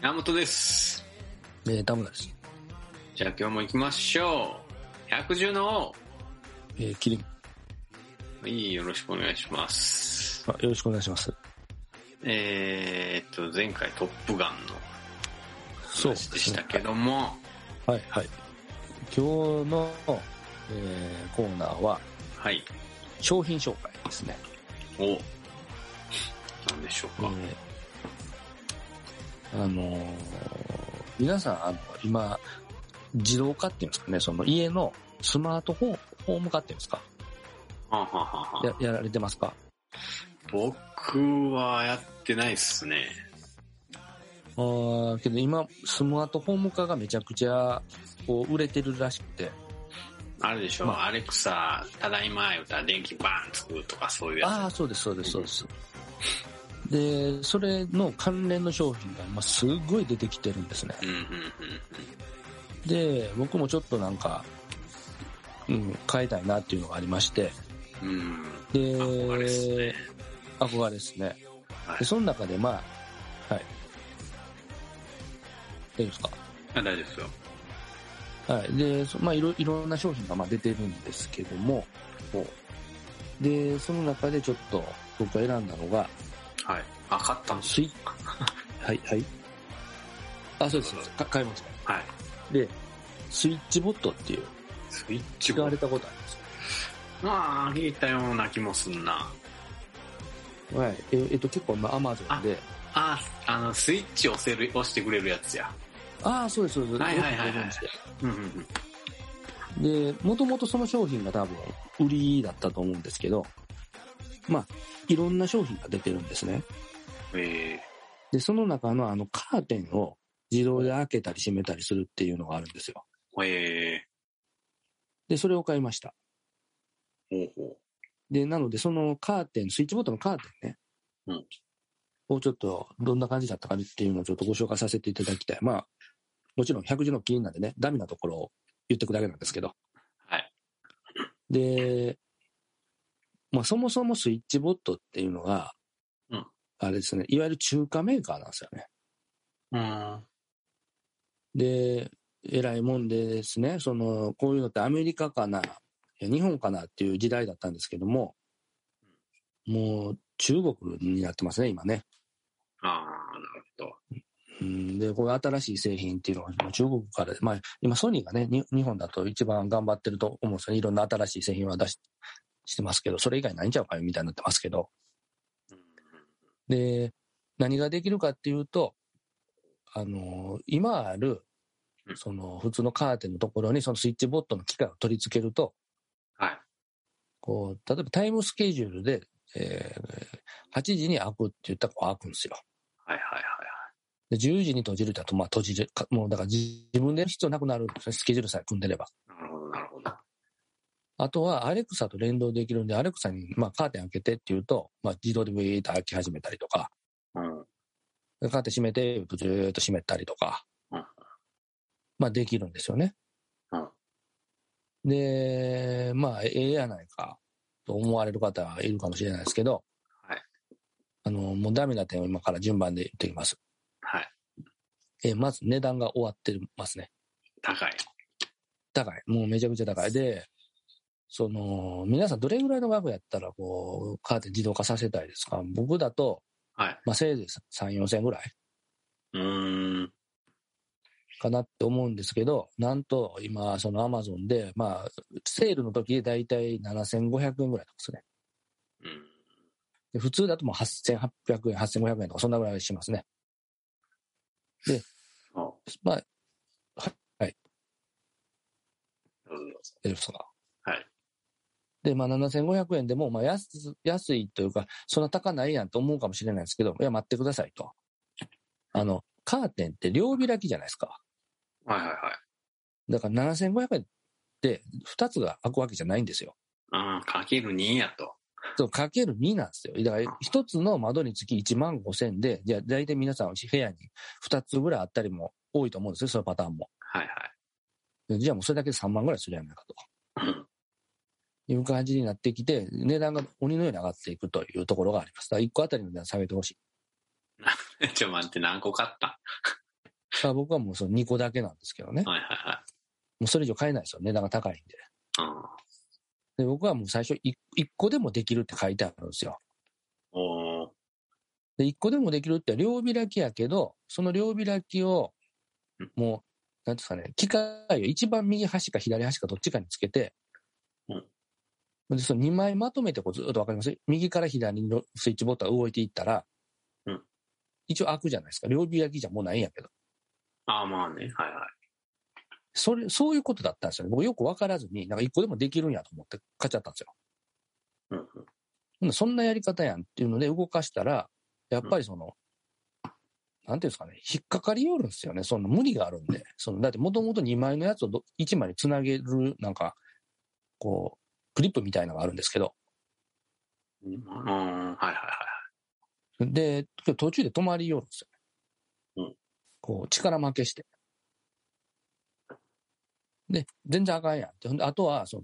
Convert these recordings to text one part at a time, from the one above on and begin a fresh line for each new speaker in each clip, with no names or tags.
山本です。
えー、田村です。
じゃあ今日も行きましょう。百獣の
えー、キリン。
王。いい、よろしくお願いします。
あ、よろしくお願いします。
えー、っと、前回トップガンの
そう
話でしたけども、
はい、はい。今日の、えー、コーナーは、
はい。
商品紹介ですね。
お、なんでしょう
え
か。
ーあのー皆さん、あの、今、自動化っていうんですかね、その家のスマートフォン、ホーム化っていうんですか
はんはんはんはん
ややられてますか
僕はやってないっすね。
あーけど今、スマートフォーム化がめちゃくちゃ、こう、売れてるらしくて。
あるでしょ、
まあ
アレクサ、ただいま、言うたら電気バーンつくとかそういう
あ
や
あ、そうです、そうです、そうです。で、それの関連の商品が今すごい出てきてるんですね
つ。。うん、うん、うん
で、僕もちょっとなんか、うん、変えたいなっていうのがありまして、
うん。うん。
で、
憧れっすね。
憧れですね。
はい
で、その中でまあ、はい。大丈夫ですか
あ大丈夫ですよ。
はい。で、そまあ、いろ、いろんな商品がまあ出てるんですけども、で、その中でちょっと僕が選んだのが、
はい。あ、買ったんです
スイ はい、はい。あ、そうです。か買いました。
はい。
で、スイッチボットっていう、
スイッチ
使わ
ボ
れたことあります
まあ、聞いたような気もすんな。
かはい。ええっと、結構、まあ、アマゾンで、
あ、あの、スイッチ押せる、押してくれるやつや。
ああー、そうです、そうです。
はいはいはいはい
よくご存
うんうんうん。
知でで、もともとその商品が多分、売りだったと思うんですけど、まあ、いろんな商品が出てるんですね。
え
で、その中のあの、カーテンを自動で開けたり閉めたりするっていうのがあるんですよ。
ー、え
で、それを買いました。
ー、ほうほ
で、なので、そのカーテン、スイッチボットのカーテンね。
うん
をちょっと、どんな感じだったかっていうのをちょっとご紹介させていただきたい。まあ、もちろん百獣のキリンなんでね、ダメなところを言ってくだけなんですけど。
はい。
で、まあ、そもそもスイッチボットっていうのが、
うん
あれですね、いわゆる中華メーカーなんですよね。
う。うん。
で、偉いもんでですね、その、こういうのってアメリカかな、いや日本かなっていう時代だったんですけども、もう中国になってますね、今ね。
ああ、なるほど。
うんで、こういう新しい製品っていうのは中国から、まあ、今ソニーがね、に日本だと一番頑張ってると思うんですよね。いろんな新しい製品は出ししてますけど、それ以外ないんちゃうかよみたいになってますけど。
うんうん
で、何ができるかっていうと、あの、今ある
う、ん
その、普通のカーテンのところに、そのスイッチボットの機械を取り付けると、
はい。
こう、例えばタイムスケジュールで、えー8時に開くって言ったらこう開くんですよ。
はいはいはい。
で、10時に閉じるって言ったら、まあ閉じるか、もうだから自自分でやる必要なくなるんですね。スケジュールさえ組んでれば。
なるほど、なるほど。
あとは、アレクサと連動できるんで、アレクサに、まあ、カーテン開けてって言うと、まあ、自動でウィーッと開き始めたりとか、
うん。
でカーテン閉めて、ずーっと閉めたりとか
うん、
まあ、できるんですよね。
うん
で、まあ、ええやないか、と思われる方がいるかもしれないですけど、
はい
あの、もうダメな点を今から順番で言ってきます。
はい。
えーまず値段が終わってますね。
高い。
高い。もうめちゃくちゃ高い。で、その、皆さんどれぐらいの額やったら、こう、カーテン自動化させたいですか僕だと、
はい。
まあ、せいぜい3、4千ぐらいう
ーん。
かなって思うんですけど、なんと今、そのアマゾンで、まあ、セールの時でだいたい7500円ぐらいなんですね。
うん。
で普通だともう8800円、8500円とか、そんなぐらいしますね。
そ
まあ、
う。どうぞどうぞ。
大丈夫ですか
はい。
で、まあ、7500円でも、まあ安、安いというか、そんな高ないやんと思うかもしれないですけど、いや、待ってくださいと。あの、カーテンって両開きじゃないですか。
はいはいはい。
だから7500円って2つが開くわけじゃないんですよ。
うん、かける2やと。
そう、かける2なんですよ。だから1つの窓につき1万5千で、じゃあ大体皆さん部屋に2つぐらいあったりも多いと思うんですよ、そのパターンも。
はい
でじゃあもうそれだけで3万ぐらいするやないかと。
はい。うん。
いう感じになってきて、値段が鬼のように上がっていくというところがあります。だから1個あたりの値段下げてほしい。
ちょ、待って、何個買った
まあ、僕はもうその2個だけなんですけどね。
はいはいはい。
もうそれ以上買えないですよ。値段が高いんで。
うん
で、僕はもう最初 1, 個でもできるって書いてあるんですよ。
おー
で、1個でもできるって両開きやけど、その両開きを
うん、
もう、なんていうんですかね、機械を一番右端か左端かどっちかにつけて、
うん
で、その2枚まとめてこうずっとわかります右から左のスイッチボタン動いていったら、
うん
一応開くじゃないですか。両開きじゃもうないんやけど。
ああ、まあね。はいはい。
それ、そういうことだったんですよね。僕よくわからずに、なんか一個でもできるんやと思って買っちゃったんですよ。
うんうん
ほんならそんなやり方やんっていうので動かしたら、やっぱりその、なんていうんですかね、引っかかりよるんですよね。その無理があるんで。その、だってもともと2枚のやつをど1枚につなげる、なんか、こう、クリップみたいなのがあるんですけど、
うん、はいはいは
で、途中で止まりよるんですよね。
うん
こう、力負けして。で、全然あかんやんって。ほんで、あとは、その、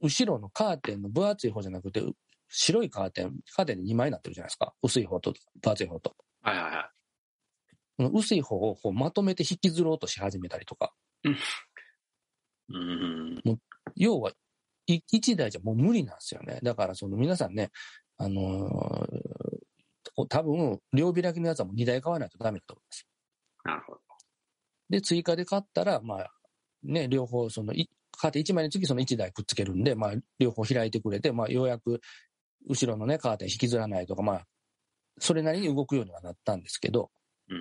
後ろのカーテンの分厚い方じゃなくて、う白いカーテン、カーテンで2枚になってるじゃないですか。薄い方と分厚い方と。
い。はいはいは
この薄い方をこうまとめて引きずろうとし始めたりとか。
い。うん。
要は、い一台じゃもう無理なんですよね。だから、その皆さんね、あのー多分、両開きのやつはもう2台買わないとダメだと思います。
なるほど。
で、追加で買ったら、まあ、ね、両方、その、いカーテン1枚につきその1台くっつけるんで、まあ、両方開いてくれて、まあ、ようやく、後ろのね、カーテン引きずらないとか、まあ、それなりに動くようにはなったんですけど、
う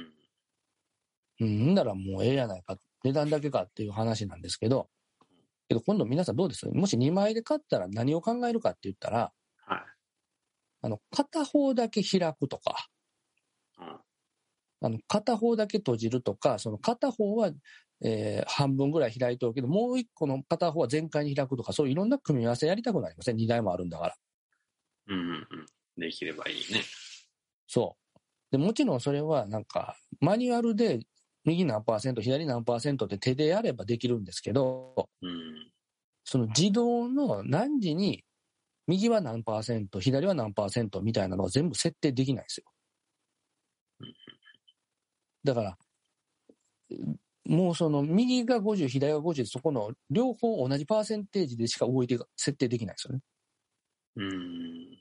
ん。
うん、んならもうええやないか、値段だけかっていう話なんですけど、けど今度皆さんどうですもし2枚で買ったら何を考えるかって言ったら、
はい。
あの、片方だけ開くとか、
うん。
あの片方だけ閉じるとか、その片方は、えー半分ぐらい開いておくけど、もう一個の片方は全開に開くとか、そういういろんな組み合わせやりたくなりません、ね、2台もあるんだから。
うんうんうん。できればいいね。
そう。でもちろんそれはなんか、マニュアルで右何パーセント、左何パーセントって手でやればできるんですけど、
うん。
その自動の何時に、右は何パーセント、左は何パーセントみたいなのが全部設定できないんですよ
うん。
だから、もうその右が50、左が50、そこの両方同じパーセンテージでしか動いて、設定できないんですよね。
うん。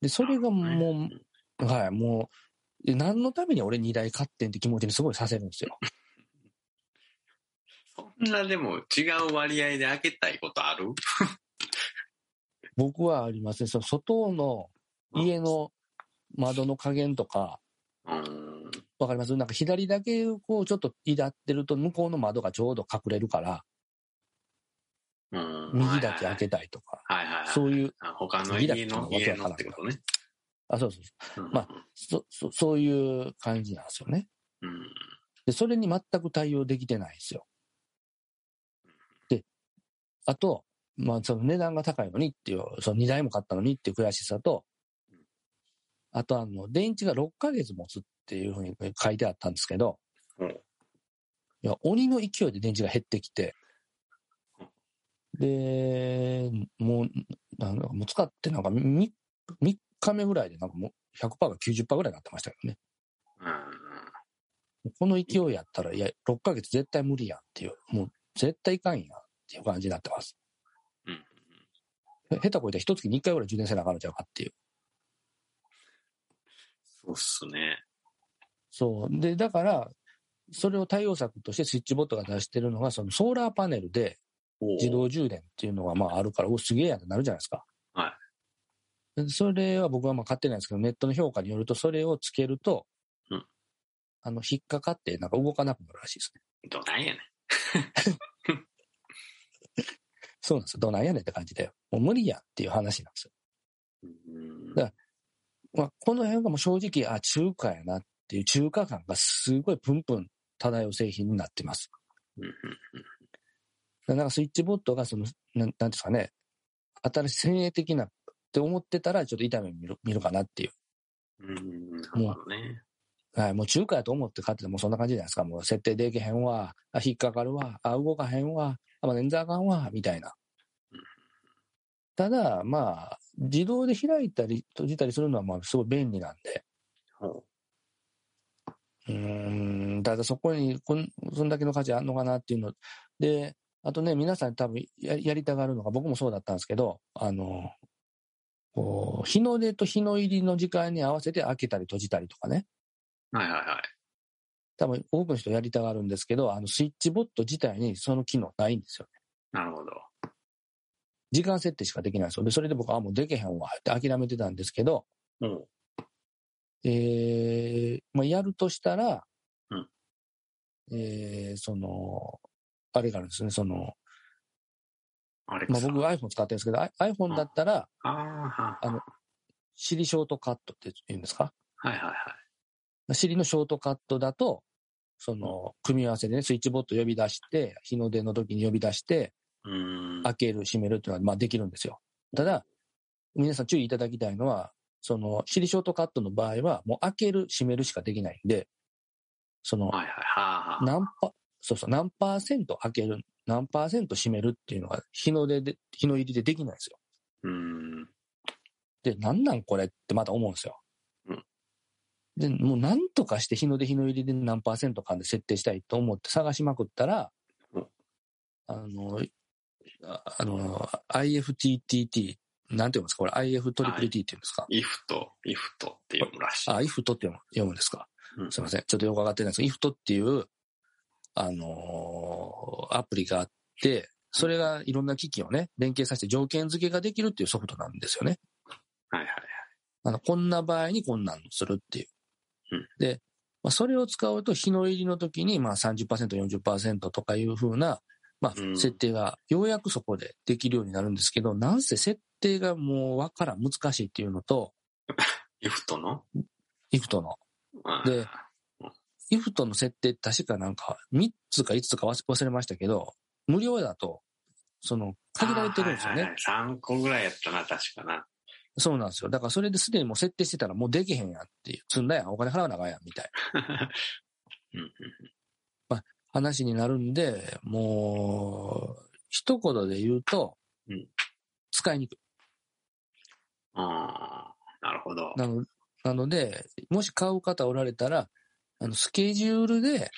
で、それがも
ね
う、はい、もう、え何のために俺2台買ってんって気持ちにすごいさせるんですよ。
そんなでも違う割合で開けたいことある
僕はありますね。その外の家。の窓の加減とか、
うん。
わかりますなんか左だけこうちょっといだってると向こうの窓がちょうど隠れるから、
うん。
右だけ開けたいとか、
はいはいはい。
そういう、
あ他の家の
右
家
だけの
の
わ
っ
け
て
わ
こと
か
ね。
あ、そうそう
うん
まそう、そ、そそういう感じなんですよね。
うん。
で、それに全く対応できてないんですよ。で、あと、まあ、その値段が高いのにっていう、その2台も買ったのにっていう悔しさと、あと、あの、電池が6ヶ月持つっていうふうに書いてあったんですけど、
うん
いや、鬼の勢いで電池が減ってきて、で、もう、なんかもう使ってなんか3日目ぐらいでなんかもう100%が90%ぐらいになってましたけどね。
うん。
この勢いやったら、いや、6ヶ月絶対無理やんっていう、もう絶対いかんやんっていう感じになってます。
うん。
へ下手こいたら一月に1回ぐらい充電せなあかんのちゃうかっていう。
そうっすね。
そう。で、だから、それを対応策としてスイッチボットが出してるのが、そのソーラーパネルで
おう
自動充電っていうのがまああるから、おすげえやんってなるじゃないですか。。
はい
それは僕はまあ買ってないんですけど、ネットの評価によると、それをつけると、
うん
あの、引っかかって、なんか動かなくなるらしいですね。
どないやねん。
そうなんですよ。どうなんやねんって感じで、もう無理やんっていう話なんですよ
うん
だまあ、この辺がもう正直、あ、中華やなっていう中華感がすごいプンプン漂う製品になってます。
うんうん
だからなんかスイッチボットがその、なんなんていうんですかね、新しい先鋭的なって思ってたら、ちょっと痛み見る見るかなっていう。
うん、なるほどね。
はい、もう中華やと思って買っててもそんな感じじゃないですか。もう設定できへんわ、あ、引っかかるわ、あ、動かへんわ、あ、まあ、全然あかんわ、みたいな
うん。
ただ、まあ、自動で開いたり閉じたりするのは、まあ、すごい便利なんで、
ほ
うーん、ただそこにこん、そんだけの価値あるのかなっていうの。で、あとね、皆さん多分ややりたがるのが、僕もそうだったんですけど、あの、こう、日の出と日の入りの時間に合わせて開けたり閉じたりとかね。
はいはいはい。
多分多くの人やりたがるんですけど、あの、スイッチボット自体にその機能ないんですよね。
なるほど。
時間設定しかできないんですよ。で、それで僕はあもうでけへんわって諦めてたんですけど、
うん。
えーまあ、やるとしたら、
うん
えーその、あれがあるんですね、その、
アレク
まあ、
サ。
僕 iPhone 使ってるんですけど、ア iPhone だったら、
ああー、
あのシリショートカットって言うんですか
はいはいはい。
シリのショートカットだと、その、組み合わせでね、スイッチボット呼び出して、日の出の時に呼び出して、
うーん。
開ける、閉めるっていうのは、まあ、できるんですよ。ただ、皆さん注意いただきたいのは、その、シリショートカットの場合は、もう開ける、閉めるしかできないんで、その、
はいはいはい。
何パ、そうそう、何パーセント開ける、何パーセント閉めるっていうのが、日の出で、日の入りでできないんですよ。
うーん。
で、なんなんこれってまた思うんですよ。
うん
で、もう何とかして日の出日の入りで何パーセントかで設定したいと思って探しまくったら
うん、
あの、ああの、IFTTT、なんて言うんですかこれ IFTTT って言うんですか、
イフと、イフとって読むらしい。
あ、イフトって読む読むんですか、
うん
すいません。ちょっとよくわかってないんですけど、イフトっていう、あのーアプリがあって、それがいろんな機器をね、連携させて条件付けができるっていうソフトなんですよね。
はいはい
あの、こんな場合にこんなんするっていう
うん。
で、まあ、それを使うと、日の入りの時に、まあ30%、40%とかいうふうな、まあ、
うん
設定が、ようやくそこでできるようになるんですけど、なんせ設定がもうわからん、難しいっていうのと、
イフとの
イフトの、
あー
でイフトの設定って確かなんか3つか5つか忘忘れましたけど、無料だと、その、限られてるんですよ
あーはい
ね。
はいはい3個ぐらいやったな、確かな。
そうなんですよ。だからそれですでにもう設定してたらもうできへんやんっていう、積んだやん、お金払わなあかんやんみたいな
うんうん
話になるんで、もう、一言で言うと、
うん
使いにくい。
あーなるほど。
なのなので、もし買う方おられたら、あのスケジュールで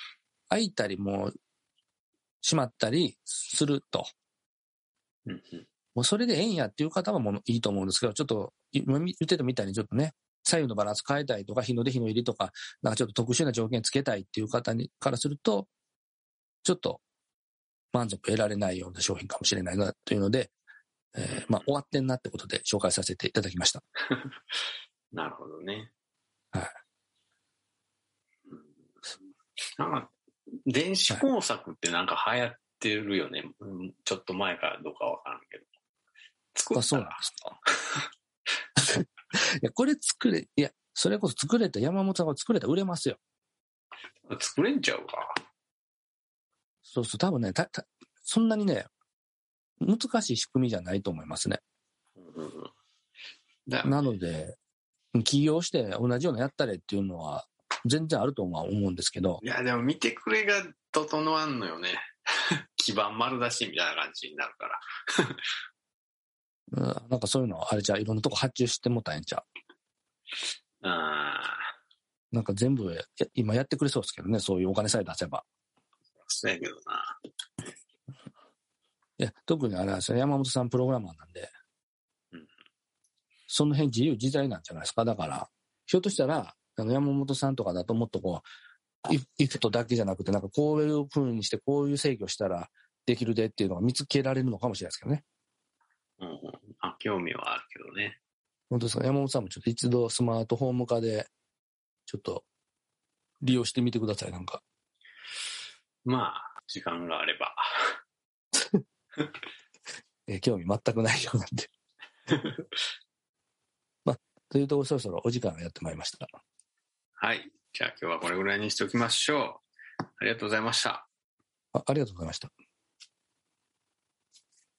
空いたりもう閉まったりすると。
うんうん
もうそれでええんやっていう方はもういいと思うんですけど、ちょっと今言ってたみたいにちょっとね、左右のバランス変えたいとか、日の出日の入りとか、なんかちょっと特殊な条件つけたいっていう方にからすると、ちょっと満足得られないような商品かもしれないなというので、えーまあ終わってんなってことで紹介させていただきました。
なるほどね。
はい
うん。なんか、電子工作ってなんか流行ってるよね。うんちょっと前からどうかわからんけど。作
あ、
った
そう
ら
なんですか。 いや、これ作れ、いや、それこそ作れた、山本さんが作れたら売れますよ。
作れんちゃうか。
そうそう、多分ね、た、た、そんなにね、難しい仕組みじゃないと思いますね。
うんうんうんだ
なので、起業して同じようなやったれっていうのは、全然あるとは思うんですけど、
いや、でも見てくれが整わんのよね。 基盤丸出しみたいな感じになるから。
うんなんかそういうの、あれじゃういろんなとこ発注してもたんやんちゃ
ああ、
うなんか全部、や今やってくれそうですけどね、そういうお金さえ出せば。
そうやけどな。
いや、特にあれなんですよ、山本さんプログラマーなんで
うん、
その辺自由自在なんじゃないですか。だから、ひょっとしたら、あの山本さんとかだともっとこう、いいくとだけじゃなくて、なんかこういう風にして、こういう制御したらできるでっていうのが見つけられるのかもしれないですけどね。
うんうん、あ興味はあるけどね。
本当ですか山本さんもちょっと一度スマートフォーム化で、ちょっと利用してみてください、なんか。
まあ、時間があれば。
えー興味全くないようなんで。まあ、というとこそろそろお時間がやってまいりました。
はい。じゃあ今日はこれぐらいにしておきましょう。ありがとうございました。
あありがとうございました。